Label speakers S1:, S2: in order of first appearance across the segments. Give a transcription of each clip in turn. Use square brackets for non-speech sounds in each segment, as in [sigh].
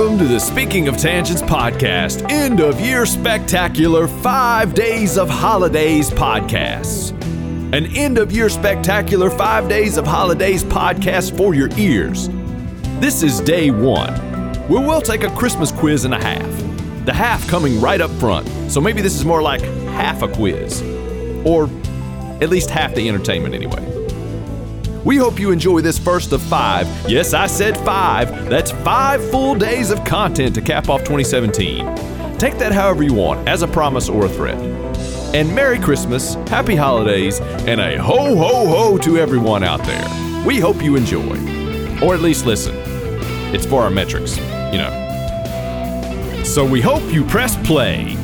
S1: Speaking of Tangents podcast, end of year spectacular five days of holidays podcasts. An end of year spectacular five days of holidays podcast for your ears. This is day one, where we'll take a Christmas quiz and a half. The half coming right up front, so maybe this is more like half a quiz, or at least half the entertainment anyway. We hope you enjoy this first of five. Yes, I said five. That's five full days of content to cap off 2017. Take that however you want, as a promise or a threat. And Merry Christmas, Happy Holidays, and a ho ho ho to everyone out there. We hope you enjoy. Or at least listen. It's for our metrics, you know. So we hope you press play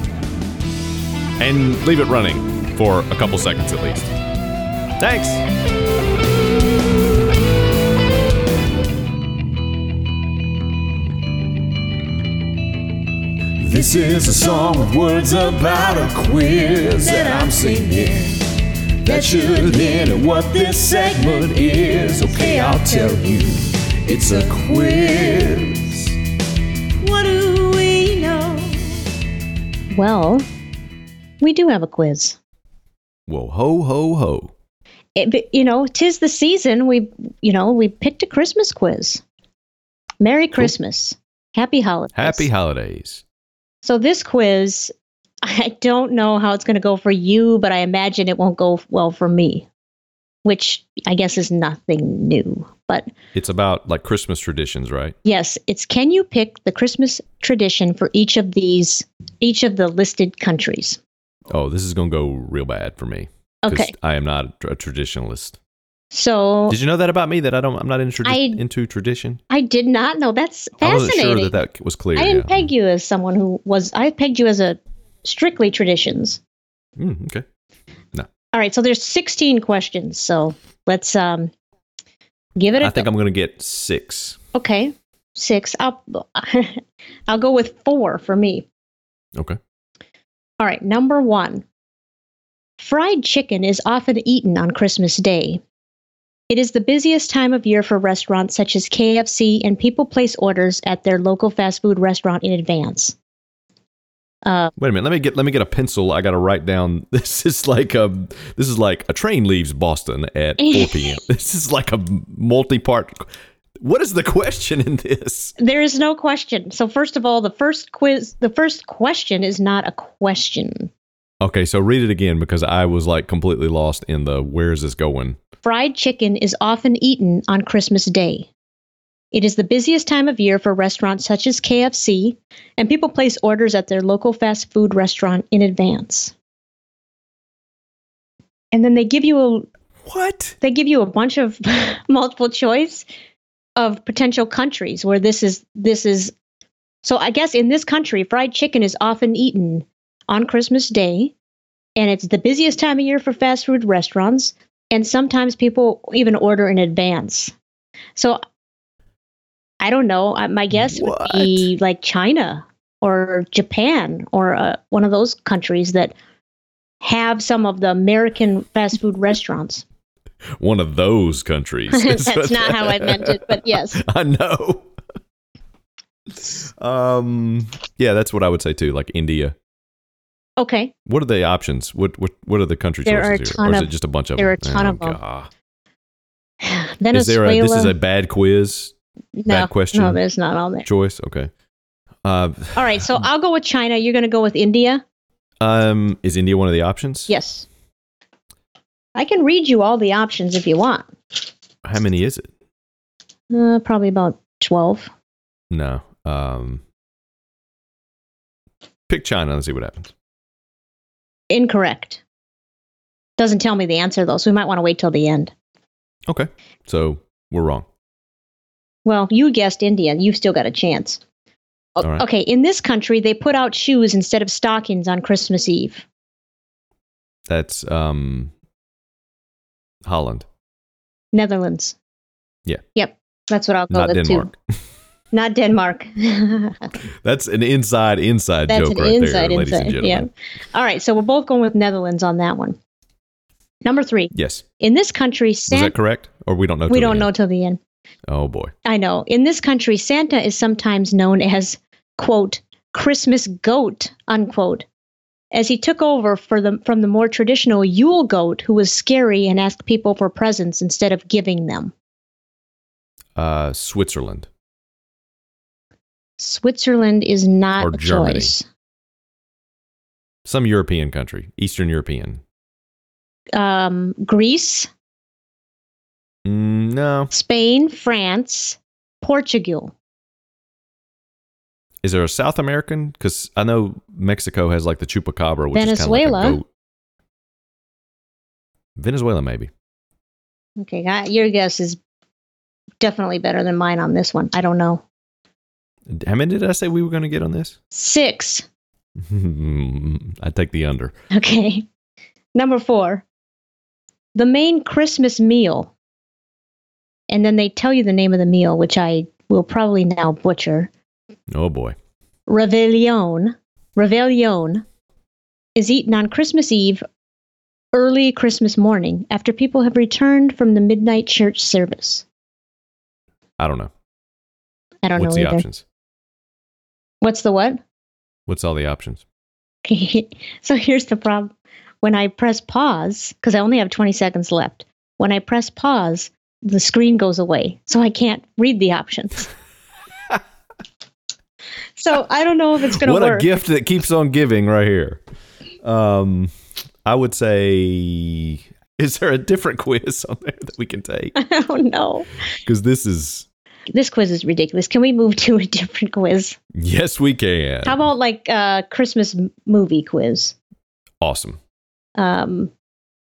S1: and leave it running for a couple seconds at least. Thanks.
S2: This is a song with words about a quiz that I'm singing. That should hint at what this segment is. Okay, I'll tell you, it's a quiz.
S3: What do we know?
S4: Well, we do have a quiz.
S1: Well, ho, ho, ho.
S4: It, but, you know, 'tis the season. We, you know, we picked a Christmas quiz. Merry Christmas. Happy holidays.
S1: Happy holidays.
S4: So this quiz, [laughs] I don't know how it's going to go for you, but I imagine it won't go well for me, which I guess is nothing new. But
S1: It's about like Christmas traditions, right?
S4: yes, it's can you pick the Christmas tradition for each of these, each of the listed countries?
S1: Oh, this is going to go real bad for me. 'cause
S4: Okay.
S1: I am not a traditionalist.
S4: So
S1: Did you know that about me that I don't I'm not into, tradi-
S4: I-
S1: into tradition?
S4: I did not know. That's
S1: I
S4: fascinating.
S1: wasn't sure that that was clear.
S4: I didn't
S1: yeah.
S4: peg you as someone who was. I pegged you as a strictly traditions.
S1: Mm, okay.
S4: All right, so there's 16 questions. So let's um, give it a
S1: I think I'm going to get 6.
S4: okay six. I'll [laughs] I'll go with four for me.
S1: Okay.
S4: All right, number one. Fried chicken is often eaten on Christmas Day. It is the busiest time of year for restaurants such as KFC, and people place orders at their local fast food restaurant in advance. Uh,
S1: Wait a minute. Let me get let me get a pencil. I got to write down [laughs] this is like a this is like a train leaves Boston
S4: [laughs]
S1: at 4 p.m. this is like a multi-part What is the question in this?
S4: There is no question. So first of all, the first quiz, the first question is not a question.
S1: Okay, so read it again because I was like completely lost in the where is this going?
S4: Fried chicken is often eaten on Christmas Day. It is the busiest time of year for restaurants such as KFC, and people place orders at their local fast food restaurant in advance. And then they give you a
S1: What?
S4: they give you a bunch of [laughs] multiple choice of potential countries where this is this is so i guess in this country fried chicken is often eaten on christmas day and it's the busiest time of year for fast food restaurants and sometimes people even order in advance so i don't know I- my guess would be like china or japan or uh, one of those countries that have some of the american fast food restaurants
S1: One of those countries. [laughs]
S4: [laughs] That's not how I meant it, but yes.
S1: I know. Um. Yeah, that's what I would say too. Like India.
S4: Okay.
S1: What are the options? What what what are the country
S4: There are a
S1: choices
S4: ton
S1: here? Or is
S4: of-
S1: it just a bunch of
S4: there are a
S1: them?
S4: ton
S1: Oh,
S4: of them.
S1: God.
S4: Venezuela.
S1: Is there a, this is a bad quiz
S4: no,
S1: bad question?
S4: No, there's not on there.
S1: choice? Okay. Uh,
S4: All right, so I'll go with China. You're going to go with India?
S1: um, is India one of the options?
S4: Yes. I can read you all the options if you want.
S1: How many is it?
S4: Uh, probably about 12.
S1: No. Um, pick China and see what happens.
S4: Incorrect. Doesn't tell me the answer, though, so we might want to wait till the end.
S1: Okay. So we're wrong.
S4: Well, you guessed India. You've still got a chance. O-
S1: All right.
S4: Okay, in this country, they put out shoes instead of stockings on Christmas Eve.
S1: That's um, Holland,
S4: Netherlands.
S1: Yeah.
S4: Yep. Oh, That's what I'll go
S1: not
S4: with
S1: Denmark. [laughs]
S4: too. Not Denmark. [laughs]
S1: That's an inside inside
S4: That's
S1: joke
S4: an
S1: right
S4: inside
S1: there, ladies and
S4: insight. Yeah.
S1: gentlemen.
S4: All right. So we're both going with Netherlands on that one. Number three.
S1: Yes.
S4: In this country,
S1: Was
S4: Santa.
S1: that correct? Or we don't know.
S4: we
S1: till
S4: don't
S1: the
S4: know
S1: end?
S4: till the end.
S1: Oh boy.
S4: I know. In this country, Santa is sometimes known as quote, Christmas goat, unquote, as he took over for the, from the more traditional Yule goat who was scary and asked people for presents instead of giving them.
S1: Uh, Switzerland.
S4: Switzerland is not
S1: Or
S4: a
S1: Germany.
S4: choice.
S1: Some European country. Eastern European.
S4: Um, Greece,
S1: Mm, no.
S4: Spain, France, Portugal.
S1: Is there a South American? Because I know Mexico has like the chupacabra, which is kind of like
S4: Venezuela.
S1: a goat. Venezuela, maybe.
S4: Okay, I- your guess is definitely better than mine on this one. I don't know.
S1: How many did I say we were going to get on this? [laughs]
S4: Six. [laughs]
S1: I take the under.
S4: Okay. Number four, the main Christmas meal. And then they tell you the name of the meal, which I will probably now butcher.
S1: Oh boy.
S4: Reveillon. Reveillon is eaten on Christmas Eve, early Christmas morning, after people have returned from the midnight church service.
S1: I don't know.
S4: I don't
S1: What's
S4: know
S1: the
S4: either.
S1: options?
S4: What's the what?
S1: What's all the options?
S4: [laughs] so here's the problem. When I press pause, because I only have 20 seconds left, when I press pause, the screen goes away. So I can't read
S1: [laughs]
S4: the options. so I don't know if it's going to
S1: what
S4: work.
S1: a gift that keeps on giving right here. Um, I would say, is there a different [laughs] quiz on there that we can
S4: [laughs]
S1: take?
S4: [laughs] I don't know.
S1: Because this is
S4: This quiz is ridiculous. Can we move to a [laughs] different quiz?
S1: yes, we can.
S4: How about like uh, Christmas m- movie quiz?
S1: awesome?
S4: Um,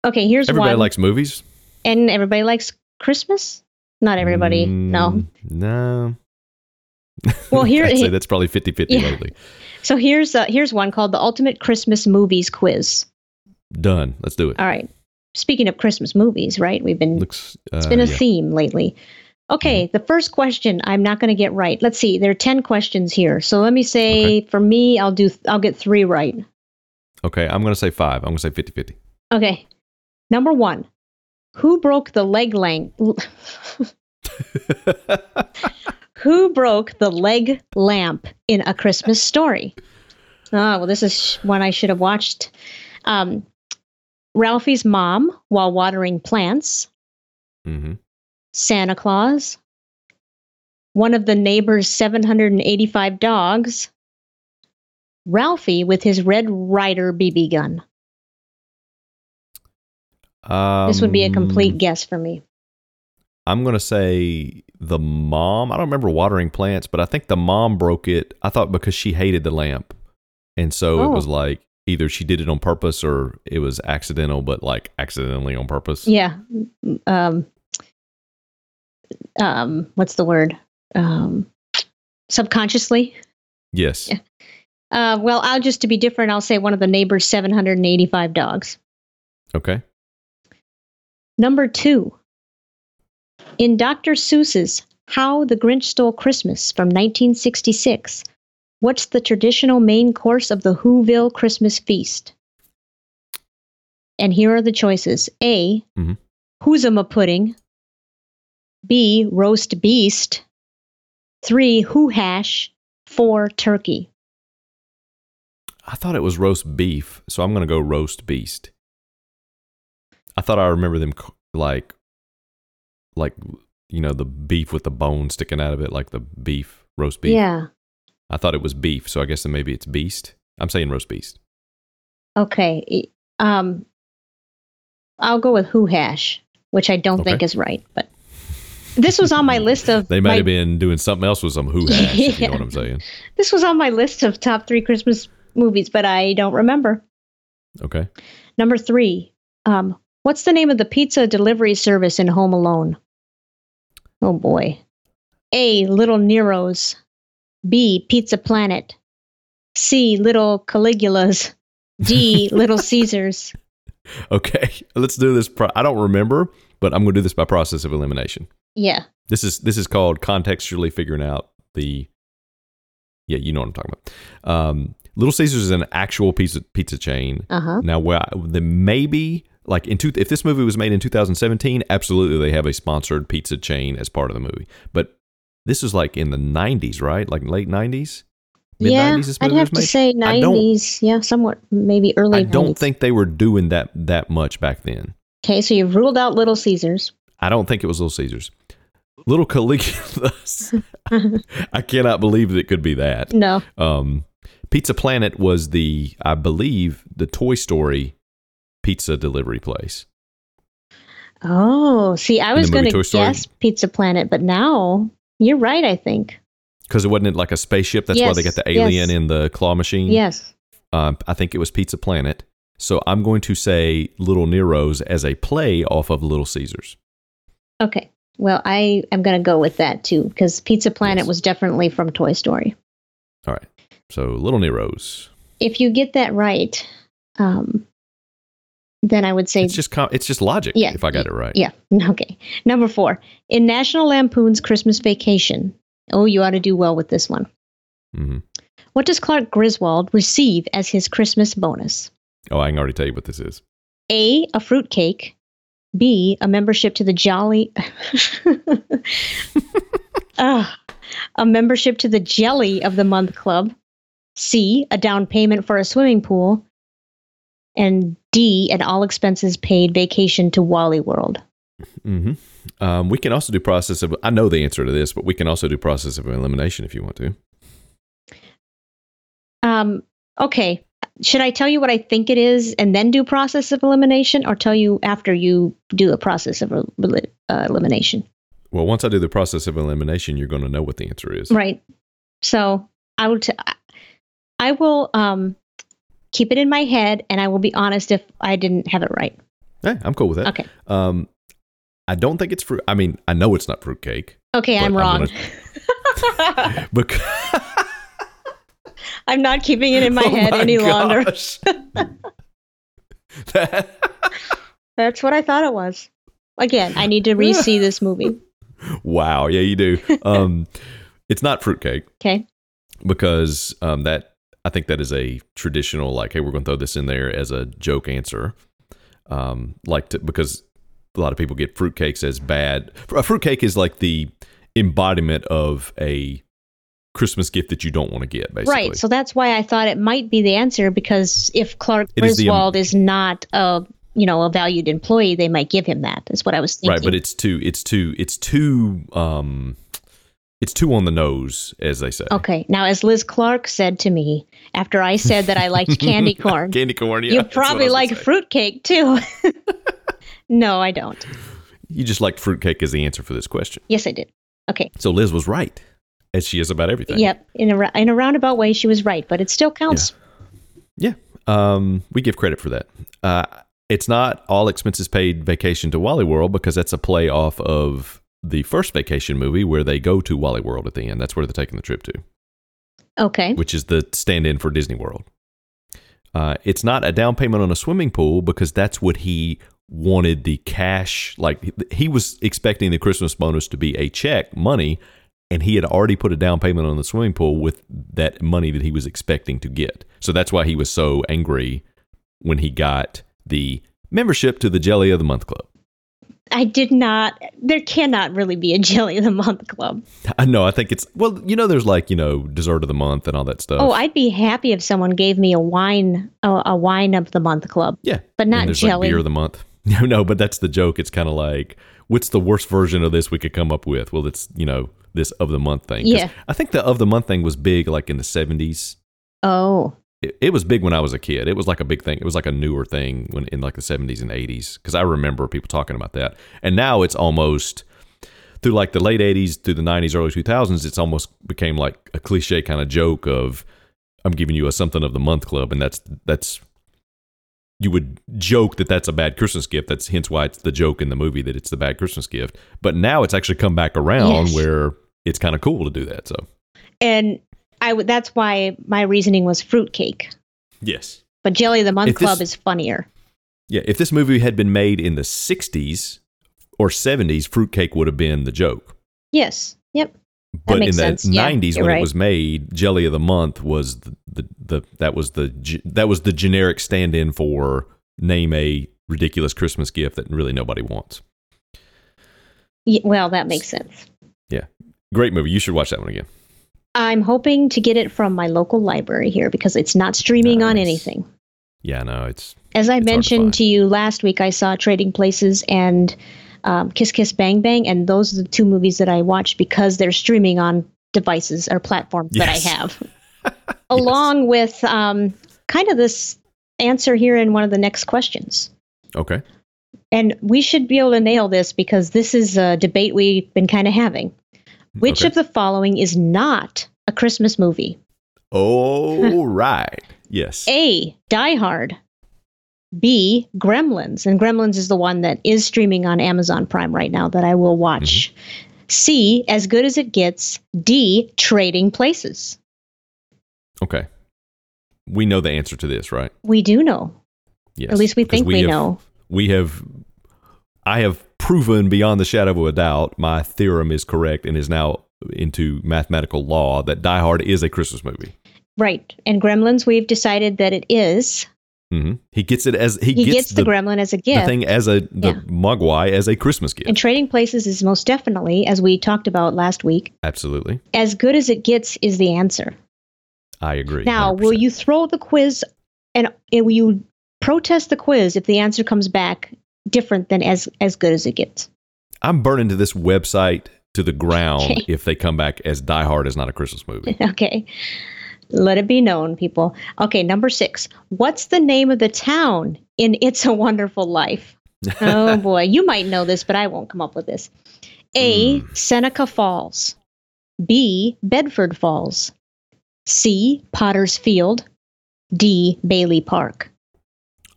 S4: okay, here's
S1: Everybody
S4: one.
S1: likes movies.
S4: and everybody likes Christmas? Not everybody. No.
S1: Mm, no. [laughs]
S4: Well, here
S1: I'd say that's probably 50-50
S4: Yeah.
S1: lately.
S4: So here's uh, here's one called the Ultimate Christmas Movies Quiz.
S1: Done. Let's do it.
S4: All right. Speaking of Christmas movies, right? We've been
S1: Looks. Uh,
S4: it's been a
S1: yeah. Mm-hmm.
S4: theme lately. Okay, the first question I'm not going to get right. Let's see. There are 10 questions here. So let me say for me I'll do I'll get 3 right.
S1: Okay, I'm gonna say five. I'm gonna say 50-50.
S4: Okay. Number 1. Who broke the leg length [laughs] Who broke the leg lamp in A Christmas Story? Oh, well, this is one I should have watched. Um, Ralphie's mom while watering plants,
S1: mm-hmm.
S4: Santa Claus, one of the neighbor's 785 dogs, Ralphie with his Red Rider BB gun.
S1: Um,
S4: This would be a complete guess for me.
S1: I'm gonna say the mom. I don't remember watering plants, but I think the mom broke it. I thought because she hated the lamp, and so
S4: Oh.
S1: it was like either she did it on purpose or it was accidental, but like accidentally on purpose.
S4: Yeah. Um, um, what's the word? Um, subconsciously.
S1: Yes.
S4: Yeah. Uh, well, I'll just to be different, I'll say one of the neighbor's 785 dogs.
S1: Okay.
S4: Number two, in Dr. Seuss's How the Grinch Stole Christmas from 1966, what's the traditional main course of the Whoville Christmas feast? And here are the choices A,
S1: Mhm.
S4: Whoozuma pudding, B, roast beast, three, Who hash, four, turkey.
S1: I thought it was roast beef, so I'm gonna go roast beast. I thought I remember them c- like, like you know the beef with the bone sticking out of it, like the beef roast beef.
S4: Yeah.
S1: I thought it was beef, so I guess then maybe it's beast. I'm saying roast beast.
S4: Okay. e- Um, I'll go with who hash, which I don't
S1: Okay.
S4: think is right, but this
S1: [laughs]
S4: was on my list of
S1: They might
S4: my-
S1: have been doing something else with some who hash, if you
S4: [laughs] Yeah.
S1: know what I'm saying.
S4: This was on my list of top three Christmas movies, but I don't remember.
S1: Okay.
S4: Number three. Um, what's the name of the pizza delivery service in Home Alone? Oh boy. A. Little Nero's. B. Pizza Planet. C. Little Caligula's. D.
S1: [laughs]
S4: Little Caesars.
S1: Okay. [laughs] Let's do this. Pro- I don't remember, but I'm going to do this by process of elimination.
S4: Yeah.
S1: This is this is called contextually figuring out the. Yeah, you know what I'm talking about. Um, Little Caesars is an actual pizza pizza chain.
S4: Uh huh.
S1: Now, where I, the maybe like in two, if this movie was made in 2017, absolutely they have a sponsored pizza chain as part of the movie. But this is like in the 90s, right? Like late 90s. Mid
S4: yeah,
S1: 90s is
S4: I'd
S1: when it
S4: have
S1: was
S4: to
S1: made?
S4: say
S1: I don't-
S4: nineties. Yeah, somewhat maybe early.
S1: I don't
S4: 90s.
S1: think they were doing that that much back then.
S4: Okay, so you've ruled out Little Caesars.
S1: I don't think it was Little Caesars. Little
S4: [laughs]
S1: Caligula's. I cannot believe that it could be that.
S4: No,
S1: Um, pizza Planet was the, I believe, the Toy Story pizza delivery place.
S4: Oh, see, I
S1: the
S4: was
S1: movie
S4: going
S1: Toy
S4: to
S1: Story?
S4: guess Pizza Planet, but now you're right, I think.
S1: Because it wasn't it like a spaceship. That's why they
S4: Yes,
S1: got the alien
S4: yes.
S1: in the claw machine.
S4: Yes.
S1: Um, I think it was Pizza Planet. So I'm going to say Little Nero's as a play off of Little Caesars.
S4: Okay. Well, I am going to go with that too because Pizza Planet
S1: Yes.
S4: was definitely from Toy Story.
S1: All right. So Little Nero's.
S4: If you get that right, um, then I would say
S1: It's just com- it's just logic.
S4: Yeah.
S1: If I got it right.
S4: yeah. [laughs] Okay. Number four, in National Lampoon's Christmas Vacation. Oh, you ought to do well with this one.
S1: hmm
S4: What does Clark Griswold receive as his Christmas bonus?
S1: Oh, I can already tell you what this is.
S4: A, a fruitcake. B, a membership to the Jolly. [laughs] Ah, a membership to the Jelly of the Month Club. C, a down payment for a swimming pool. And D, an all expenses paid vacation to Wally World.
S1: hmm Um, we can also do process of. I know the answer to this, but we can also do process of elimination if you want to.
S4: Um, okay. Should I tell you what I think it is and then do process of elimination or tell you after you do a process of el- uh, elimination?
S1: Well, once I do the process of elimination, you're going to know what the answer is.
S4: Right. So I will. T- I- I will um, keep it in my head, and I will be honest if I didn't have it right.
S1: Hey, I'm cool with that.
S4: Okay.
S1: Um, I don't think it's fruit. I mean, I know it's not fruitcake,
S4: Okay,
S1: But
S4: I'm
S1: I'm
S4: wrong. [laughs]
S1: but
S4: I'm not keeping
S1: [laughs]
S4: it in
S1: oh
S4: my head any longer.
S1: longer.
S4: That's what I thought it was. Again,
S1: [laughs]
S4: I need to re-see this movie.
S1: wow. Yeah, you
S4: [laughs]
S1: do. Um, it's not fruitcake
S4: Okay.
S1: because um, that I think that is a traditional like, hey, we're going to throw this in there as a joke answer. Um, like to, because a lot of people get fruitcakes as bad. A fruitcake is like the embodiment of a Christmas gift that you don't want to get, basically.
S4: Right. So that's why I thought it might be the answer because if Clark
S1: It is the, um,
S4: Griswold is, not a you know a valued employee, they might give him that. Is what I was thinking.
S1: right but it's too it's too it's too um it's too on the nose as they say
S4: okay. Now, as Liz Clark said to me after I said that
S1: [laughs]
S4: I liked candy corn,
S1: candy corn yeah,
S4: you
S1: that's what I
S4: probably
S1: was gonna
S4: like
S1: say.
S4: fruitcake too. [laughs] no, I don't.
S1: you just liked fruitcake as the answer for this question
S4: Yes, I did. Okay.
S1: so liz was right as she is about everything
S4: Yep. In a ra- in a roundabout way, she was right, but it still counts.
S1: yeah um we give credit for that uh it's not all expenses paid vacation to wally world because that's a play off of the first vacation movie where they go to wally world at the end that's where they're taking the trip to
S4: Okay.
S1: which is the stand in for Disney World. Uh, it's not a down payment on a swimming pool because that's what he wanted the cash. Like he- he was expecting the Christmas bonus to be a check, money, and he had already put a down payment on the swimming pool with that money that he was expecting to get. So that's why he was so angry when he got the membership to the Jelly of the Month Club. [laughs]
S4: I did not. There cannot really be a [laughs] jelly of the month club.
S1: I know. I think it's well, you know, there's like you know dessert of the month and all that stuff.
S4: Oh, I'd be happy if someone gave me a wine a, a wine of the month club.
S1: Yeah,
S4: But
S1: And
S4: not
S1: there's
S4: jelly.
S1: Like beer of the month. [laughs] No, no, but that's the joke. It's kind of like, what's the worst version of this we could come up with? Well, it's you know this of the month thing. 'Cause
S4: Yeah.
S1: I think the of the month thing was big like in the seventies.
S4: Oh,
S1: It, it was big when I was a kid. It was like a big thing. It was like a newer thing when in like the seventies and eighties because I remember people talking about that. And now it's almost through like the late eighties through the nineties, early two thousands. It's almost became like a cliche kind of joke of I'm giving you a something of the month club, and that's that's you would joke that that's a bad Christmas gift. That's hence why it's the joke in the movie that it's the bad Christmas gift. But now it's actually come back around
S4: Yes.
S1: where it's kind of cool to do that. So
S4: and I w- that's why my reasoning was fruitcake.
S1: yes,
S4: But jelly of the month
S1: If this-
S4: club is funnier.
S1: Yeah, if this movie had been made in the 60s or 70s, fruitcake would have been the joke.
S4: Yes. Yep.
S1: But
S4: makes
S1: in the
S4: sense. Yeah,
S1: 90s
S4: you're
S1: when
S4: right.
S1: it was made, jelly of the month was the, the, the that was the ge- that was the generic stand-in for name a ridiculous Christmas gift that really nobody wants.
S4: Y- well, that makes sense.
S1: Great movie. You should watch that one again.
S4: I'm hoping to get it from my local library here because it's not streaming on
S1: Nice.
S4: anything.
S1: Yeah, no, it's It's
S4: As I
S1: hard to find.
S4: mentioned to you last week, I saw Trading Places and um, Kiss Kiss Bang Bang, and those are the two movies that I watched because they're streaming on devices or platforms
S1: Yes.
S4: that
S1: [laughs]
S4: I have. [laughs] Along with um, kind of this answer here in one of the next questions.
S1: okay.
S4: [laughs] And we should be able to nail this because this is a debate we've been kind of having. Which
S1: Okay.
S4: of the following is not a Christmas movie?
S1: All right. Yes.
S4: A. Die Hard. B. Gremlins. And Gremlins is the one that is streaming on Amazon Prime right now that I will watch.
S1: Mm-hmm.
S4: C. As Good as It Gets. D. Trading Places.
S1: Okay. We know the answer to this, right?
S4: We do know.
S1: Yes.
S4: At least we
S1: because
S4: think we
S1: have-
S4: know.
S1: We have I have proven beyond the shadow of a doubt my theorem is correct and is now into mathematical law that Die Hard is a Christmas movie.
S4: Right. And Gremlins, we've decided that it is.
S1: hmm He gets it as he,
S4: He gets, the, gremlin as a
S1: the
S4: gift.
S1: thing as a the
S4: Yeah.
S1: Mogwai as a Christmas gift.
S4: And Trading Places is most definitely, as we talked about last week,
S1: Absolutely.
S4: as good as it gets is the answer.
S1: I agree.
S4: Now,
S1: 100%.
S4: will you throw the quiz and, and will you protest the quiz if the answer comes back different than as, as good as it gets? [laughs]
S1: I'm burning to this website to the ground
S4: [laughs] Okay.
S1: if they come back as Die Hard is not a Christmas
S4: [laughs]
S1: movie.
S4: Okay. Let it be known, people. Okay, number six. What's the name of the town in It's a Wonderful Life? Oh boy, you might know this, but I won't come up with this. A. Seneca Falls. B. Bedford Falls. C. Potter's Field. D. Bailey Park.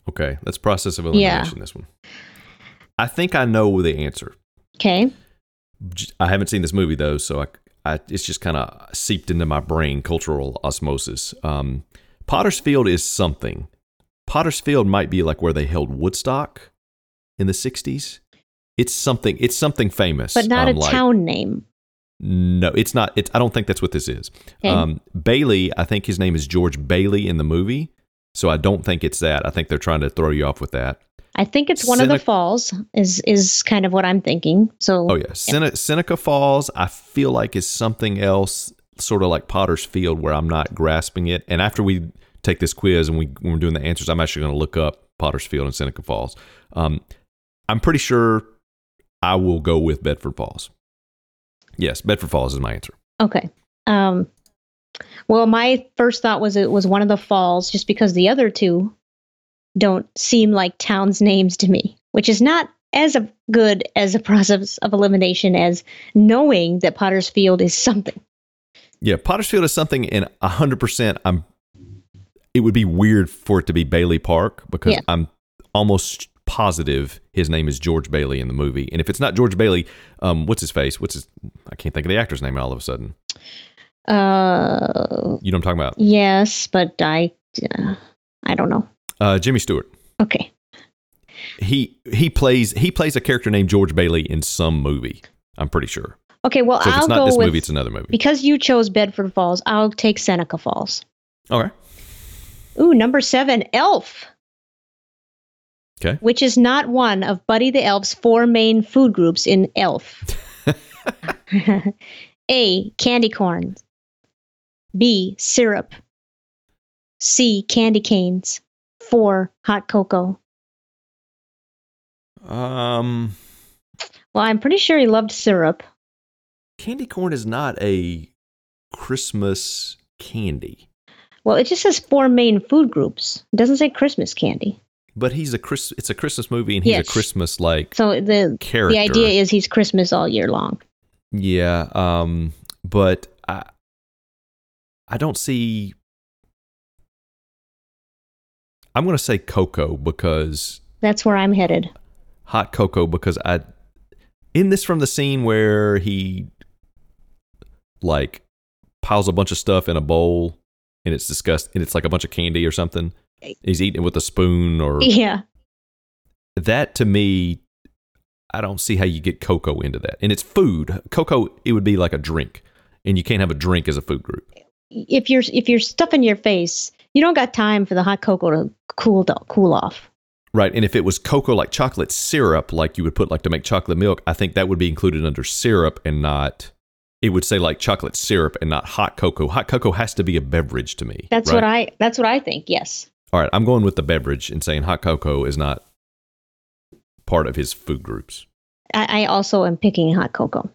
S1: Okay, let's process of elimination this one. I think I know the answer.
S4: Okay.
S1: J- I haven't seen this movie though, so I, I it's just kind of seeped into my brain cultural osmosis. Um, Potter's Field is something. Potter's Field might be like where they held Woodstock in the '60s. It's something. It's something famous,
S4: But not
S1: um,
S4: a
S1: like-
S4: town name.
S1: No, it's not. It's, I don't think that's what this is.
S4: Okay.
S1: Um, Bailey, I think his name is George Bailey in the movie. So I don't think it's that. I think they're trying to throw you off with that.
S4: I think it's one of
S1: Seneca-
S4: the falls is is kind of what I'm thinking. So
S1: Oh yeah, Sene- Seneca Falls. I feel like is something else, sort of like Potter's Field, where I'm not grasping it. And after we take this quiz and we when we're doing the answers, I'm actually going to look up Potter's Field and Seneca Falls. Um, I'm pretty sure I will go with Bedford Falls. Yes, Bedford Falls is my answer.
S4: Okay. Um, well, my first thought was it was one of the falls, just because the other two don't seem like towns' names to me, which is not as a good as a process of elimination as knowing that Potter's Field is something.
S1: Yeah, Potter's Field is something, and hundred percent, I'm. It would be weird for it to be Bailey Park because
S4: Yeah.
S1: I'm almost positive his name is George Bailey in the movie, and if it's not George Bailey, um, what's his face? What's his? I can't think of the actor's name all of a sudden.
S4: Uh,
S1: You know what I'm talking about?
S4: yes, but I, uh, I don't know.
S1: Uh, Jimmy Stewart.
S4: Okay.
S1: He he plays he plays a character named George Bailey in some movie. I'm pretty sure.
S4: Okay. Well,
S1: So if
S4: I'll
S1: it's not
S4: go
S1: this
S4: with
S1: movie, it's another movie.
S4: because you chose Bedford Falls. I'll take Seneca Falls.
S1: Okay.
S4: Ooh, number seven, Elf.
S1: Okay.
S4: Which is not one of Buddy the Elf's four main food groups in
S1: [laughs]
S4: Elf. A. Candy corn. B. Syrup. C. Candy canes. Four. Hot cocoa.
S1: Um,
S4: Well, I'm pretty sure he loved syrup.
S1: candy corn is not a Christmas candy.
S4: Well, it just says four main food groups. It doesn't say Christmas candy.
S1: But he's a Chris. It's a Christmas movie, and he's
S4: Yes.
S1: a Christmas like
S4: So the
S1: character.
S4: the idea is he's Christmas all year long.
S1: yeah. Um, but I, I don't see. I'm gonna say cocoa because
S4: That's where I'm headed.
S1: hot cocoa because I, in this from the scene where he, like, piles a bunch of stuff in a bowl, and it's disgust, and it's like a bunch of candy or something. He's eating it with a spoon or
S4: [laughs] Yeah.
S1: that to me i don't see how you get cocoa into that and it's food cocoa it would be like a drink and you can't have a drink as a food group
S4: if you're if you're stuffing your face, you don't got time for the hot cocoa to cool do- cool off.
S1: right and if it was cocoa like chocolate syrup like you would put like to make chocolate milk i think that would be included under syrup and not it would say like chocolate syrup and not hot cocoa. Hot cocoa has to be a beverage to me.
S4: That's what I that's what I think. Yes.
S1: All right, I'm going with the beverage and saying hot cocoa is not part of his food groups.
S4: I, I also am picking hot cocoa.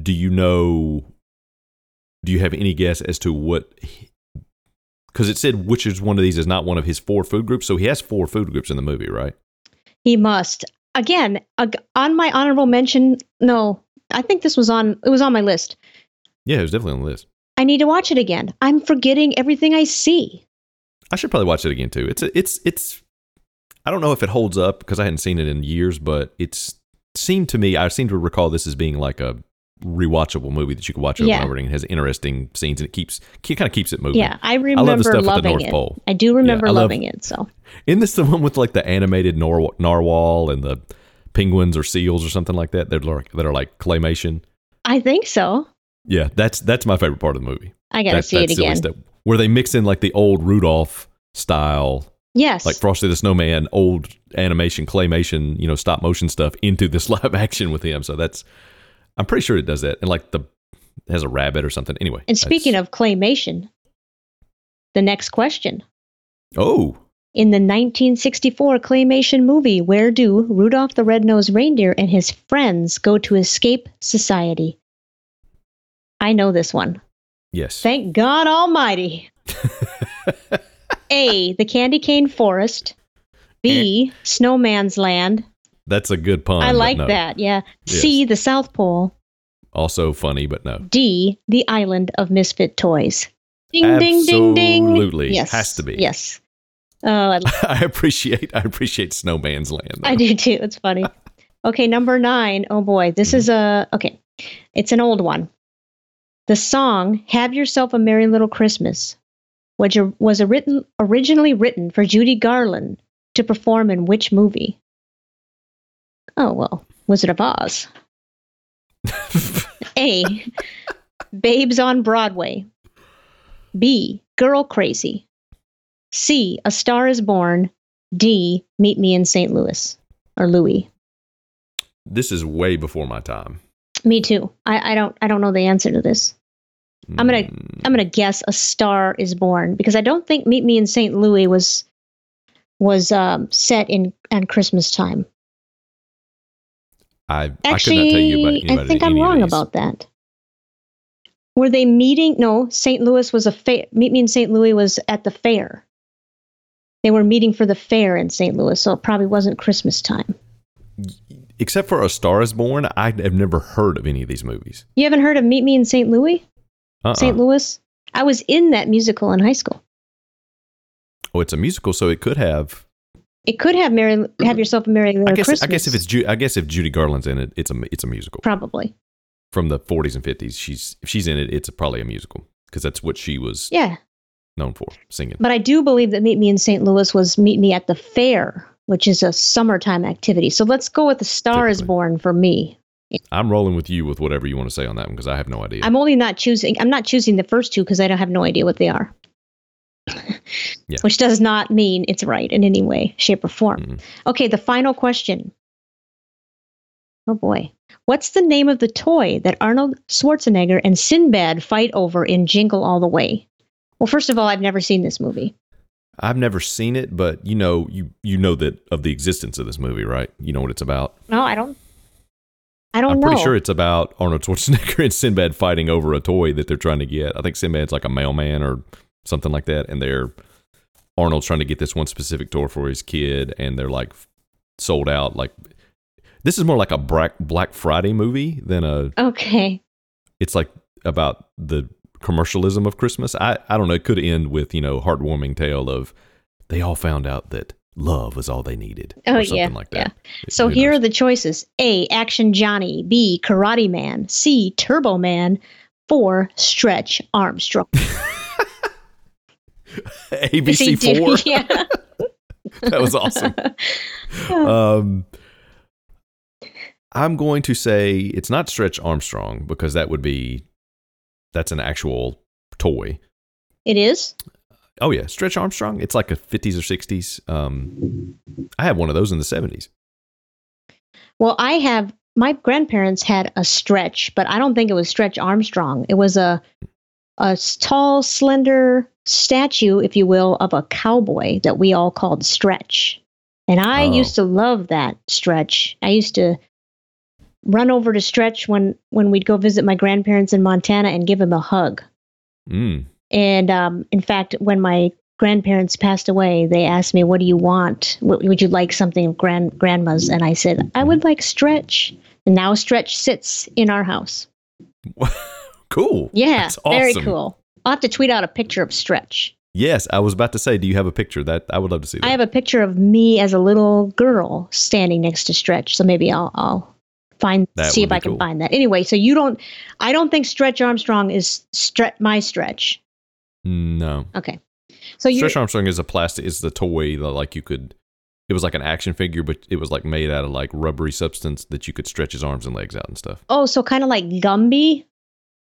S1: Do you know? Do you have any guess as to what? Because it said which is one of these is not one of his four food groups, so he has four food groups in the movie, right?
S4: He must. Again, ag- on my honorable mention, no, I think this was on it was on my list.
S1: Yeah, it was definitely on the list.
S4: I need to watch it again. I'm forgetting everything I see.
S1: I should probably watch it again too. It's it's it's. I don't know if it holds up because I hadn't seen it in years, but it's seemed to me I seem to recall this as being like a rewatchable movie that you can watch over
S4: Yeah.
S1: and over again. It has interesting scenes and it keeps it kind of keeps it moving.
S4: Yeah, I
S1: I
S4: remember
S1: love the stuff at the
S4: loving
S1: North
S4: it.
S1: Pole.
S4: I do remember
S1: I love-
S4: loving it. So
S1: Isn't this the one with like the animated nar- narwhal and the penguins or seals or something like that? They're like that are like claymation.
S4: I think so.
S1: Yeah, that's that's my favorite part of the movie.
S4: I gotta
S1: That-
S4: see
S1: that
S4: it
S1: silly
S4: again.
S1: stuff, where they mix in like the old Rudolph style
S4: Yes.
S1: like Frosty the Snowman, old animation, claymation, you know, stop motion stuff into this [laughs] live action with him. So that's, I'm pretty sure it does that. And like the, it has a rabbit or something. Anyway.
S4: and speaking of claymation, the next question.
S1: Oh,
S4: In the 1964 claymation movie, where do Rudolph the Red-Nosed Reindeer and his friends go to escape society? I know this one.
S1: yes.
S4: Thank
S1: [laughs]
S4: God Almighty. A. The Candy Cane Forest. B.
S1: Eh.
S4: Snowman's Land.
S1: that's a good pun.
S4: I
S1: but
S4: like
S1: no.
S4: that. Yeah. C. The South Pole.
S1: Also funny, but no.
S4: D, the island of misfit toys. Ding, ding, ding, ding.
S1: Absolutely. Has to be.
S4: Yes. Oh, I,
S1: [laughs] I appreciate, I appreciate Snowman's Land. though.
S4: I do too. It's funny. Okay, number nine. Oh boy, this is a okay. It's an old one. The song "Have Yourself a Merry Little Christmas," which or- was a written originally written for Judy Garland to perform in which movie? Oh well, Wizard of Oz. A. Babes on Broadway. B. Girl Crazy. C. A Star is Born. D. Meet Me in St. Louis or Louis.
S1: This is way before my time.
S4: Me too. I, I don't I don't know the answer to this. I'm gonna
S1: Mm,
S4: I'm gonna guess a Star is Born because I don't think Meet Me in St. Louis was was um, set in on Christmas time.
S1: I, I could not tell you about
S4: Actually,
S1: anybody.
S4: I, think I'm
S1: any of
S4: wrong
S1: these.
S4: about that. Were they meeting? No, St. Louis was a fair. Meet me in St. Louis was at the fair. They were meeting for the fair in St. Louis, so it probably wasn't Christmas time.
S1: Except for A Star is Born, I have never heard of any of these movies.
S4: You haven't heard of Meet Me in St. Louis?
S1: Uh-uh.
S4: St. Louis? I was in that musical in high school.
S1: Oh, it's a musical, so it could have.
S4: It could have Mary, have yourself a Merry Little
S1: I guess.
S4: Christmas.
S1: I guess if it's. Ju- I guess if Judy Garland's in it, it's a. It's a musical
S4: probably,
S1: from the 40s and 50s. She's if she's in it, it's probably a musical because that's what she was
S4: yeah.
S1: known for singing.
S4: But I do believe that Meet Me in St. Louis was Meet Me at the fair, which is a summertime activity. So let's go with the Star is
S1: Typically.
S4: Born for me.
S1: I'm rolling with you with whatever you want to say on that one because I have no idea.
S4: I'm only not choosing. I'm not choosing the first two because I don't have no idea what they are.
S1: [laughs] Yeah.
S4: Which does not mean it's right in any way, shape, or form.
S1: Mhm.
S4: Okay, the final question. Oh boy. What's the name of the toy that Arnold Schwarzenegger and Sinbad fight over in Jingle All the Way? Well, first of all, I've never seen this movie.
S1: I've never seen it, but you know, you you know that of the existence of this movie, right? You know what it's about.
S4: No, I don't. I don't
S1: I'm
S4: know.
S1: pretty sure it's about Arnold Schwarzenegger [laughs] and Sinbad fighting over a toy that they're trying to get. I think Sinbad's like a mailman or something like that, and they're Arnold's trying to get this one specific toy for his kid, and they're like sold out. Like this is more like a Black Black Friday movie than a.
S4: okay.
S1: It's like about the commercialism of Christmas. I I don't know. It could end with you know heartwarming tale of they all found out that love was all they needed
S4: Oh,
S1: or
S4: yeah,
S1: something like that.
S4: So
S1: Who
S4: here [laughs]
S1: knows?
S4: are the choices A. Action Johnny. B. Karate Man. C. Turbo Man. Four. Stretch Armstrong.
S1: [laughs]
S4: [laughs]
S1: ABC four.
S4: Yeah.
S1: that was
S4: [laughs]
S1: awesome. um, I'm going to say it's not Stretch Armstrong because that would be that's an actual toy.
S4: It is?
S1: Oh yeah, Stretch Armstrong. It's like a 50s or 60s. Um, I had one of those in the 70s.
S4: Well, I have my grandparents had a stretch, but I don't think it was Stretch Armstrong. It was a a s- tall, slender statue, if you will, of a cowboy that we all called Stretch. And I
S2: Oh.
S4: used to love that Stretch. I used to run over to Stretch when when we'd go visit my grandparents in Montana and give him a hug.
S1: Mm.
S4: And um, in fact, when my grandparents passed away, they asked me, "What do you want? What, would you like something of grand grandma's?" And I said, "I would like Stretch." And now Stretch sits in our house.
S1: [laughs] Cool.
S4: Yeah,
S1: That's
S4: very
S1: awesome.
S4: cool. I'll have to tweet out a picture of Stretch.
S1: Yes, I was about to say, do you have a picture that I would love to see? That.
S4: I have a picture of me as a little girl standing next to Stretch, so maybe I'll, I'll find
S1: That
S4: see
S1: would
S4: if
S1: be
S4: I can
S1: cool.
S4: find that. Anyway, so you don't, I don't think Stretch Armstrong is stre- my Stretch.
S1: Mm, no.
S4: Okay, so you
S1: Stretch Armstrong is a plastic. It's the toy that like you could. It was like an action figure, but it was like made out of like rubbery substance that you could stretch his arms and legs out and stuff.
S4: oh, so kind of like Gumby.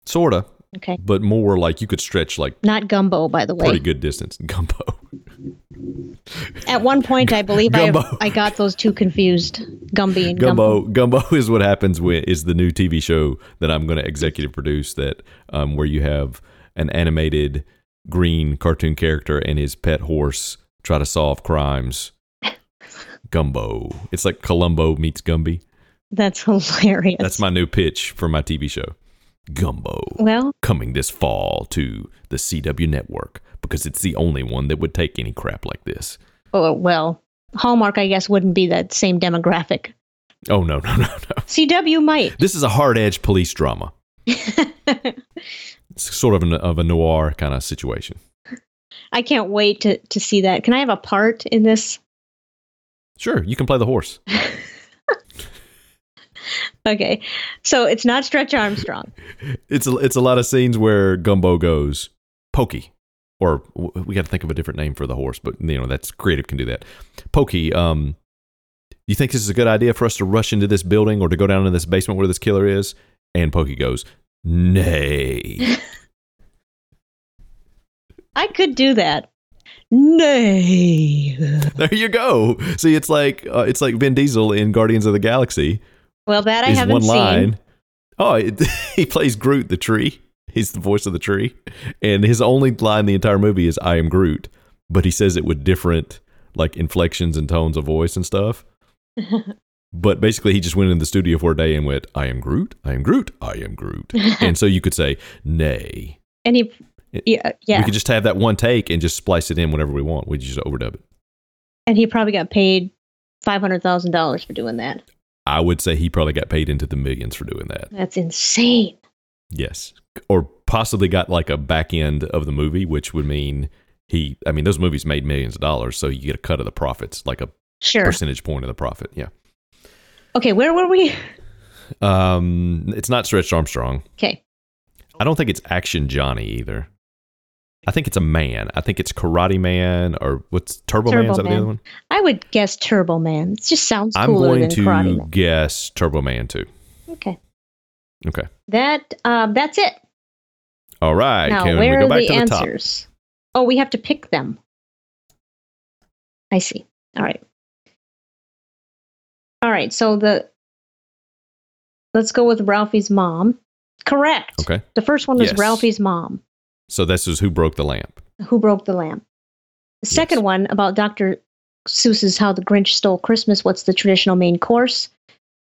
S1: Sorta,
S4: Okay.
S1: but more like you could stretch like
S4: Not gumbo, by the way.
S1: pretty good distance. [laughs] Gumbo.
S4: At one point, I believe I,
S1: Gumbo.
S4: I got those two confused, Gumby and Gumbo.
S1: Gumbo. Gumbo [laughs] is what happens when is the new TV show that I'm going to executive produce that um, where you have an animated green cartoon character and his pet horse try to solve [laughs] crimes. Gumbo. It's like Columbo meets Gumby.
S4: That's hilarious.
S1: That's my new pitch for my TV show. Gumbo
S4: Well,
S1: coming this fall to the CW network because it's the only one that would take any crap like this.
S4: oh, well, Hallmark, I guess, wouldn't be that same demographic.
S1: Oh no, [laughs] no, no, no.
S4: CW might. [laughs]
S1: This is a hard-edged police drama. It's sort of an, of a noir kind of situation.
S4: I can't wait to, to see that. Can I have a part in this?
S1: Sure, you can play the horse.
S4: Okay. So it's not Stretch Armstrong.
S1: [laughs] It's a, it's a lot of scenes where Gumbo goes pokey, or w- we got to think of a different name for the horse, but you know that's creative can do that. Pokey, um, you think this is a good idea for us to rush into this building or to go down to this basement where this killer is? And Pokey goes, [laughs] nay.
S4: I could do that. Nay.
S1: there you go. See, it's like uh, it's like Vin Diesel in Guardians of the Galaxy.
S4: Well, that I
S1: is
S4: haven't
S1: one
S4: seen.
S1: line. Oh, it, [laughs] he plays Groot the tree. He's the voice of the tree, and his only line the entire movie is "I am Groot," but he says it with different like inflections and tones of voice and
S4: [laughs]
S1: stuff. but basically, he just went in the studio for a day and went, "I am Groot. I am Groot. I am
S4: [laughs]
S1: Groot." and so you could say "Nay."
S4: And he, yeah, uh, yeah.
S1: We could just have that one take and just splice it in whenever we want. We just overdub it.
S4: and he probably got paid $500,000 for doing that.
S1: I would say he probably got paid into the millions for doing that.
S4: That's insane.
S1: Yes. Or possibly got like a back end of the movie, which would mean he, I mean, those movies made millions of dollars. So you get a cut of the profits, like a
S4: Sure.
S1: percentage point of the profit. Yeah.
S4: Okay, where were we? [laughs]
S1: Um, it's not Stretch Armstrong.
S4: Okay.
S1: I don't think it's Action Johnny either. I think it's a man. I think it's Karate Man or what's Turbo, Man?
S4: Turbo
S1: Is that the
S4: Man.
S1: other one?
S4: I would guess Turbo Man. It just sounds
S1: I'm
S4: cooler
S1: going
S4: than
S1: to
S4: Karate Man.
S1: guess Turbo Man too.
S4: Okay.
S1: Okay.
S4: That um, that's it.
S1: All right.
S4: now,
S1: Kaylin, we
S4: where
S1: go
S4: are
S1: back
S4: the
S1: to the top.
S4: answers? Oh, we have to pick them. I see. All right. All right. So the let's go with Ralphie's mom. Correct.
S1: Okay.
S4: The first one was
S1: Yes.
S4: Ralphie's mom.
S1: So this is who broke the lamp.
S4: Who broke the lamp? The second
S1: Yes.
S4: one about Dr. Seuss's How the Grinch Stole Christmas. What's the traditional main course?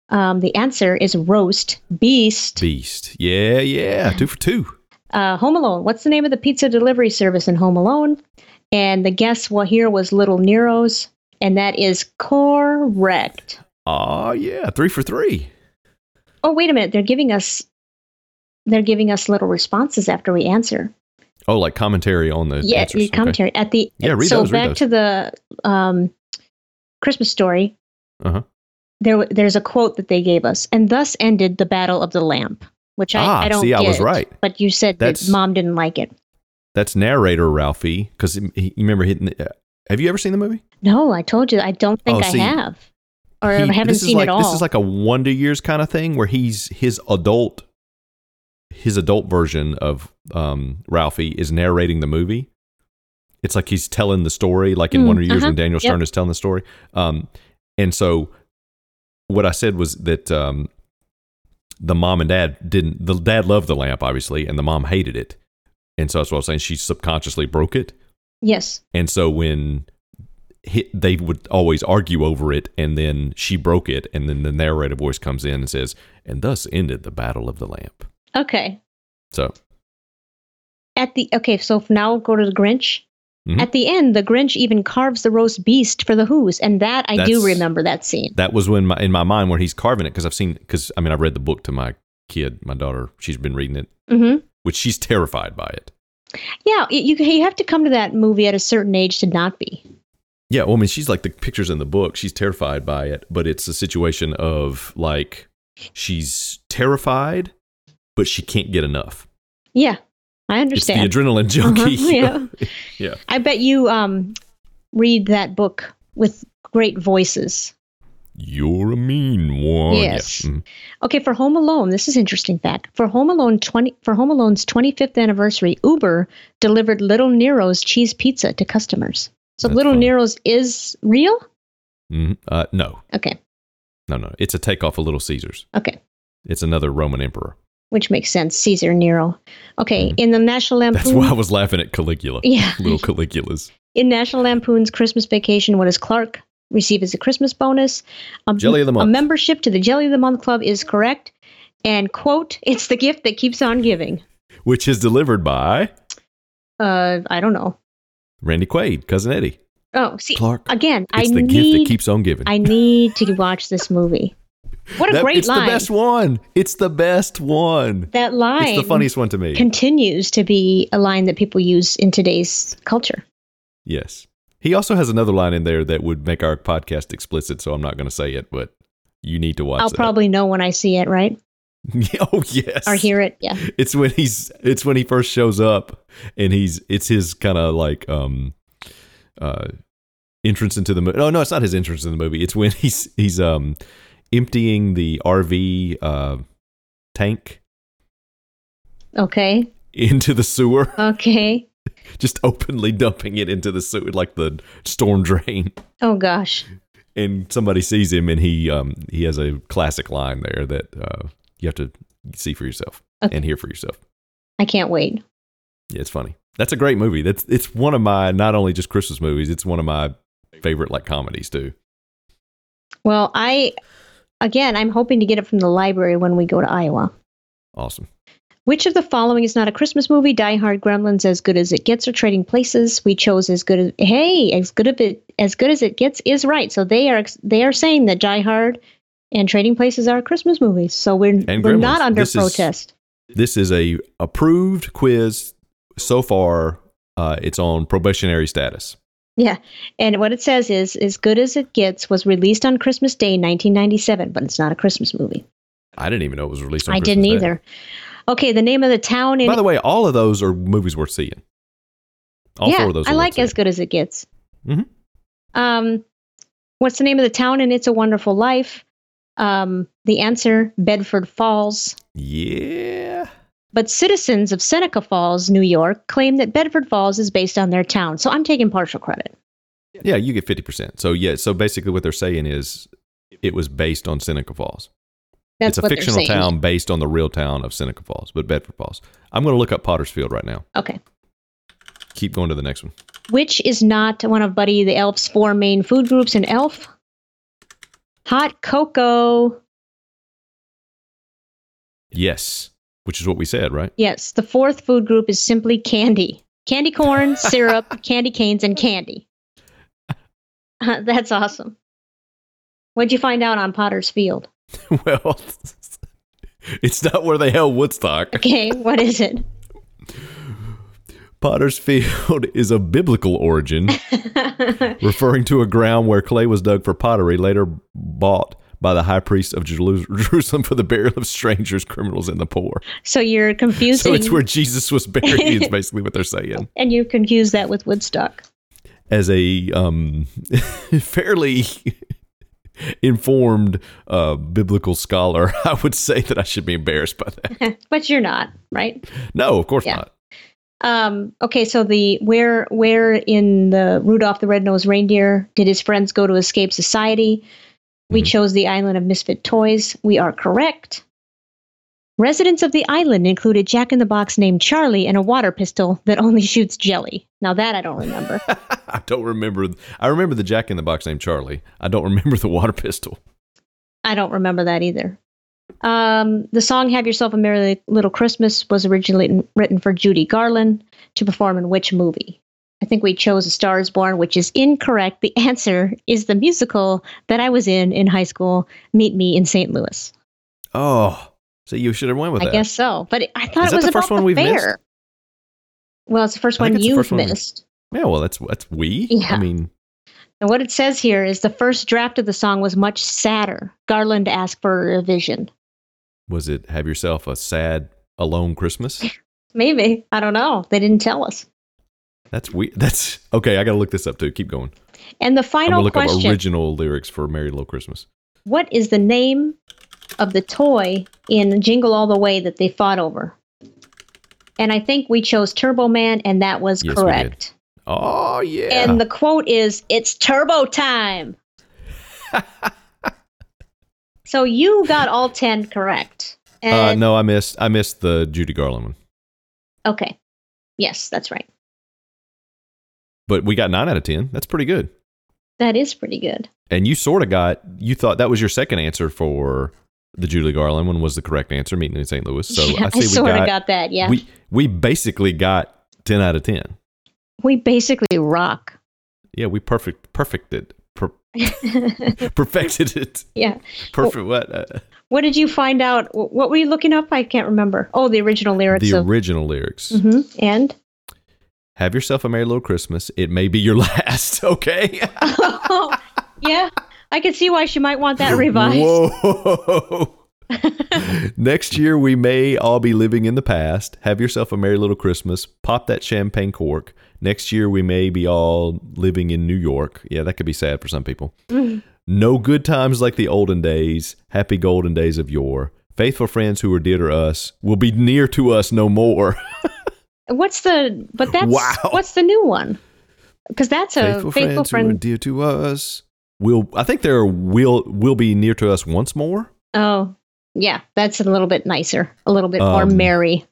S4: Um, the answer is roast beast.
S1: Beast. Yeah. Yeah. Two for two.
S4: Uh, Home Alone. What's the name of the pizza delivery service in Home Alone? And the guess well here was Little Nero's, and that is correct.
S1: Oh yeah, three for three.
S4: Oh wait a minute, they're giving us they're giving us little responses after we answer.
S1: Oh, like commentary on the
S4: yeah,
S1: answers.
S4: your commentary at the
S1: Yeah, read
S4: so
S1: those, read
S4: back
S1: those.
S4: to the um, Christmas story.
S1: Uh-huh.
S4: There, w- there's a quote that they gave us, and thus ended the Battle of the Lamp, which I,
S1: Ah,
S4: I don't
S1: see, I was
S4: get,
S1: right.
S4: But you said
S1: That's-
S4: that mom didn't like it.
S1: That's narrator Ralphie because you remember hitting. The, uh, have you ever seen the movie?
S4: No, I told you I don't think
S1: Oh,
S4: I
S1: see,
S4: have, or
S1: He-
S4: I haven't
S1: this is
S4: seen
S1: like,
S4: it all.
S1: This is like a Wonder Years kind of thing where he's his adult, his adult version of um, Ralphie is narrating the movie. It's like he's telling the story, like in
S4: Mm,
S1: Wonder Years
S4: uh-huh,
S1: when Daniel
S4: yep.
S1: Stern is telling the story. Um, and so, what I said was that um, the mom and dad didn't. The dad loved the lamp, obviously, and the mom hated it. And so that's what I was saying. She subconsciously broke it.
S4: Yes.
S1: And so when he, they would always argue over it, and then she broke it, and then the narrative voice comes in and says, "And thus ended the battle of the lamp."
S4: Okay.
S1: So
S4: At the okay, so f- now go to the Grinch.
S1: Mhm.
S4: At the end, the Grinch even carves the roast beast for the Who's, and that I
S1: That's-
S4: do remember that scene.
S1: that was when my, in my mind where he's carving it because I've seen because I mean I read the book to my kid, my daughter. She's been reading it,
S4: hmm
S1: which she's terrified by it.
S4: Yeah, you you have to come to that movie at a certain age to not be.
S1: Yeah, well, I mean, she's like the pictures in the book. She's terrified by it, but it's a situation of like she's terrified, but she can't get enough.
S4: Yeah, I
S1: It's the
S4: understand.
S1: adrenaline [laughs] junkie.
S4: Uh-huh, yeah.
S1: Yeah.
S4: I bet you um, read that book with great voices.
S1: You're a mean one. Yeah.
S4: Yes.
S1: Mhm.
S4: Okay, for Home Alone, this is interesting fact. For Home Alone 20 for Home Alone's 25th anniversary, Uber delivered Little Nero's cheese pizza to customers. So
S1: That's
S4: Little
S1: funny.
S4: Nero's is real?
S1: Mhm. Uh, no,
S4: Okay.
S1: no, no. It's a takeoff of Little Caesars.
S4: Okay.
S1: It's another Roman emperor.
S4: Which makes sense. Caesar Nero. Okay, in the National Lampoon
S1: Mm-hmm. That's why I was laughing at Caligula.
S4: Um, Yeah.
S1: [laughs] Little Caligulas.
S4: In National Lampoon's Christmas Vacation, what does Clark receive as a Christmas bonus? A,
S1: Jelly of the month.
S4: A membership to the Jelly of the Month Club is correct. And quote, it's the gift that keeps on giving.
S1: which is delivered by
S4: Uh, I don't know.
S1: Randy Quaid, cousin Eddie.
S4: Oh, see,
S1: Clark,
S4: again, I
S1: It's the
S4: need
S1: gift that keeps on giving.
S4: I need to watch this movie. What a
S1: That-
S4: great
S1: it's
S4: line.
S1: the best one. It's the best one.
S4: That line
S1: It's the funniest one to me.
S4: continues to be a line that people use in today's culture.
S1: yes. He also has another line in there that would make our podcast explicit, so I'm not going to say it, but you need to watch
S4: I'll
S1: that.
S4: probably know when I see it, right?
S1: [laughs] oh, yes.
S4: Or hear it. Yeah.
S1: [laughs] It's when he's it's when he first shows up and he's it's his kind of like um uh entrance into the movie. No, no, it's not his entrance in the movie. It's when he's he's um emptying the RV uh tank
S4: Okay.
S1: into the sewer, [laughs]
S4: Okay.
S1: just openly dumping it into the sewer like the storm drain.
S4: Oh gosh.
S1: And somebody sees him and he um he has a classic line there that uh you have to see for yourself and hear for yourself.
S4: I can't wait.
S1: Yeah, it's funny. That's a great movie. That's it's one of my not only just Christmas movies, it's one of my favorite like comedies too.
S4: Well, I again, I'm hoping to get it from the library when we go to Iowa.
S1: Awesome.
S4: Which of the following is not a Christmas movie? Die Hard, Gremlins, As Good as It Gets, or Trading Places? We chose As Good as Hey, As Good as It As Good as It Gets is right. So they are they are saying that Die Hard and Trading Places are Christmas movies. So we're
S1: And
S4: we're
S1: Gremlins.
S4: not under
S1: This is-
S4: protest.
S1: This is a approved quiz so far. Uh, it's on probationary status.
S4: Yeah, and what it says is As Good as It Gets was released on Christmas Day, 1997, but it's not a Christmas movie.
S1: I didn't even know it was released. on
S4: I
S1: Christmas
S4: didn't
S1: Day.
S4: either. Okay, the name of the town in
S1: By the way, all of those are movies worth seeing. All
S4: yeah,
S1: four of those.
S4: I
S1: are worth
S4: like
S1: seeing.
S4: as good as it gets.
S1: Mhm.
S4: Um, what's the name of the town in It's a Wonderful Life? Um, the answer Bedford Falls.
S1: Yeah.
S4: But citizens of Seneca Falls, New York, claim that Bedford Falls is based on their town. So I'm taking partial credit.
S1: Yeah, you get fifty percent. So yeah, so basically what they're saying is it was based on Seneca Falls.
S4: That's
S1: it's a
S4: what
S1: fictional
S4: they're saying.
S1: town based on the real town of Seneca Falls, but Bedford Falls. I'm going to look up Pottersfield right now.
S4: Okay.
S1: Keep going to the next one.
S4: Which is not one of Buddy the Elf's four main food groups an elf? Hot cocoa.
S1: Yes, which is what we said, right? [laughs]
S4: Yes, the fourth food group is simply candy. Candy corn, syrup, candy canes, and candy. Uh, That's awesome. What'd you find out on Potter's Field? [laughs]
S1: well, [laughs] it's not where they held Woodstock.
S4: Okay, what is it? [laughs]
S1: Pottersfield [laughs] is a biblical
S4: [laughs]
S1: origin, referring to a ground where clay was dug for pottery, later bought by the high priest of Jeru- [laughs] Jerusalem for the burial of strangers, criminals, and the poor.
S4: So you're
S1: So
S4: confusing,
S1: it's where Jesus was buried,
S4: [laughs]
S1: is basically what they're saying.
S4: and you confuse that with Woodstock.
S1: as a um, [laughs] fairly [laughs] informed uh, biblical scholar, [laughs] I would say that I should be embarrassed by that.
S4: But you're not, right?
S1: No, of course
S4: Yeah.
S1: not. [laughs]
S4: Um, okay, so the where where in the Rudolph the Red-Nosed Reindeer did his friends go to escape society? We chose the island of misfit toys. We are correct. Residents of the island include a jack in the box named Charlie and a water pistol that only shoots jelly. Now, that I don't remember.
S1: I don't remember. I remember the Jack in the Box named Charlie. I don't remember the water pistol.
S4: I don't remember that either. Um, the song Have Yourself a Merry Little Christmas was originally written for Judy Garland to perform in which movie? I think we chose A Star is Born, which is incorrect. The answer is the musical that I was in in high school, Meet Me in St. Louis.
S1: Oh, so you should have went with
S4: I
S1: that.
S4: guess so. But I thought
S1: Is
S4: it
S1: that
S4: was
S1: the
S4: about
S1: first one
S4: the
S1: we've
S4: fair.
S1: missed?
S4: Well, it's the first
S1: I think
S4: one
S1: it's the
S4: you've
S1: first one we-
S4: missed.
S1: Yeah, well, that's that's we. I
S4: Yeah.
S1: mean,
S4: And what it says here is the first draft of the song was much sadder. Garland asked for a revision.
S1: was it have yourself a sad alone Christmas?
S4: Maybe. I don't know. They didn't tell us.
S1: That's we. That's okay. I got to look this up too. Keep going.
S4: And the
S1: I'm gonna
S4: final
S1: look up
S4: question
S1: original lyrics for "Merry Little Christmas."
S4: What is the name of the toy in Jingle All the Way that they fought over? And I think we chose Turbo Man, and that was
S1: Yes, we did.
S4: correct.
S1: Oh yeah.
S4: And the quote is, "It's
S1: [laughs]
S4: turbo time." so you got all ten correct.
S1: uh,
S4: And,
S1: no, I missed. I missed the Judy Garland one,
S4: Okay. Yes, that's right.
S1: but we got nine out of ten. That's pretty good.
S4: That is pretty good.
S1: And you sort of got. You thought that was your second answer for the Judy Garland one was the correct answer. Meeting in St. Louis. So
S4: [laughs] Yeah,
S1: I say we
S4: sort of
S1: got,
S4: got that. Yeah, we,
S1: We we basically got ten out of ten.
S4: basically rock. [laughs]
S1: Yeah, we perfect perfected per, perfected it.
S4: yeah.
S1: Perfect. what uh,
S4: What did you find out? Wh- What were you looking up? I can't remember. Oh, the original lyrics
S1: the
S4: of.
S1: original lyrics.
S4: hmm And
S1: Have yourself a merry little Christmas. It may be your [laughs] last. Okay.
S4: yeah, I can see why she might want that revised.
S1: Whoa. [laughs] Next year, we may all be living in the past. Have yourself a merry little Christmas. Pop that champagne cork. Next year, we may be all living in New York. Yeah, that could be sad for some people. no good times like the olden days. Happy golden days of yore. Faithful friends who were dear to us will be near to us no [laughs] more.
S4: What's the? But that's
S1: Wow.
S4: what's the new one? Because that's a faithful,
S1: faithful, friends who were
S4: friend.
S1: dear to us will. I think there will will be near to us once more.
S4: Oh, yeah, that's a little bit nicer, a little bit more
S1: Um,
S4: merry.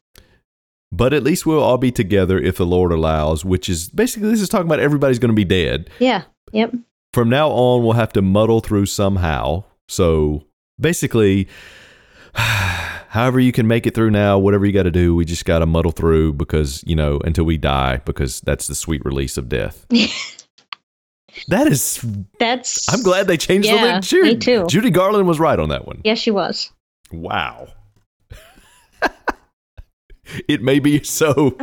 S1: But at least we'll all be together if the Lord allows, which is basically this is talking about everybody's going to be dead.
S4: Yeah. Yep.
S1: From now on, we'll have to muddle through somehow. So basically, [sighs] however you can make it through now, whatever you got to do, we just got to muddle through because, you know, until we die, because that's the sweet release of
S4: [laughs]
S1: death. that is,
S4: That's.
S1: I'm glad they changed the
S4: Yeah,
S1: lyrics. Judy,
S4: me too.
S1: Judy Garland was right on that one.
S4: Yes, she was.
S1: Wow. it may be so.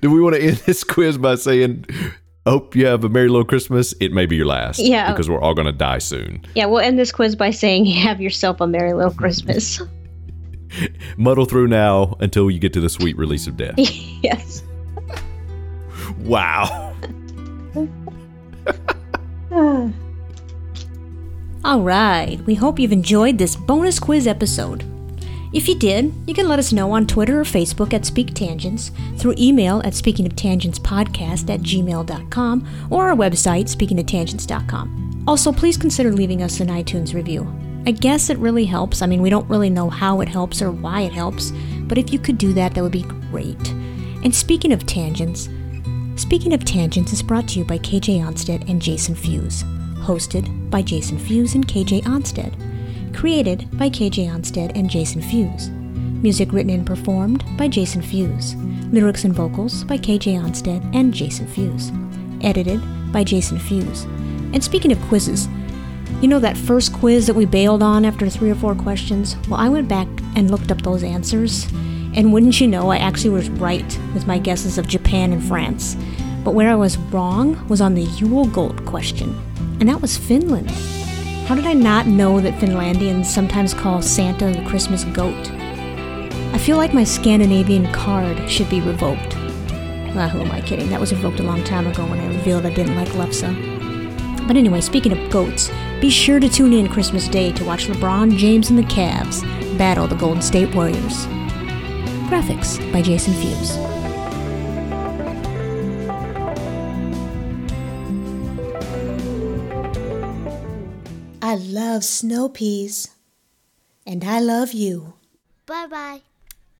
S1: Do we want to end this quiz by saying, hope you have a Merry Little Christmas? It may be your last.
S4: Yeah.
S1: Because we're all going to die soon.
S4: Yeah, we'll end this quiz by saying, "Have yourself a merry little Christmas." [laughs]
S1: Muddle through now until you get to the sweet release of death.
S4: yes.
S1: wow.
S5: All right, we hope you've enjoyed this bonus quiz episode. If you did, you can let us know on Twitter or Facebook at Speak Tangents, through email at speakingoftangentspodcast at gmail.com, or our website, speakingoftangents.com. Also, please consider leaving us an iTunes review. I guess it really helps. I mean, we don't really know how it helps or why it helps, but if you could do that, that would be great. And speaking of tangents, Speaking of Tangents is brought to you by KJ Onstead and Jason Fuse. Hosted by Jason Fuse and KJ Onstead. Created by KJ Onstead and Jason Fuse. Music written and performed by Jason Fuse. Lyrics and vocals by KJ Onstead and Jason Fuse. Edited by Jason Fuse. And speaking of quizzes, you know that first quiz that we bailed on after three or four questions? Well, I went back and looked up those answers, and wouldn't you know, I actually was right with my guesses of Japan and France. But where I was wrong was on the Yule Gold question, and that was Finland. How did I not know that Finlandians sometimes call Santa the Christmas goat? I feel like my Scandinavian card should be revoked. Ah, who am I kidding? That was revoked a long time ago when I revealed I didn't like Lefse. But anyway, speaking of goats, be sure to tune in Christmas Day to watch LeBron James and the Cavs battle the Golden State Warriors. Graphics by Jason Fuse.
S3: I love snow peas.
S5: And I love you.
S6: Bye bye.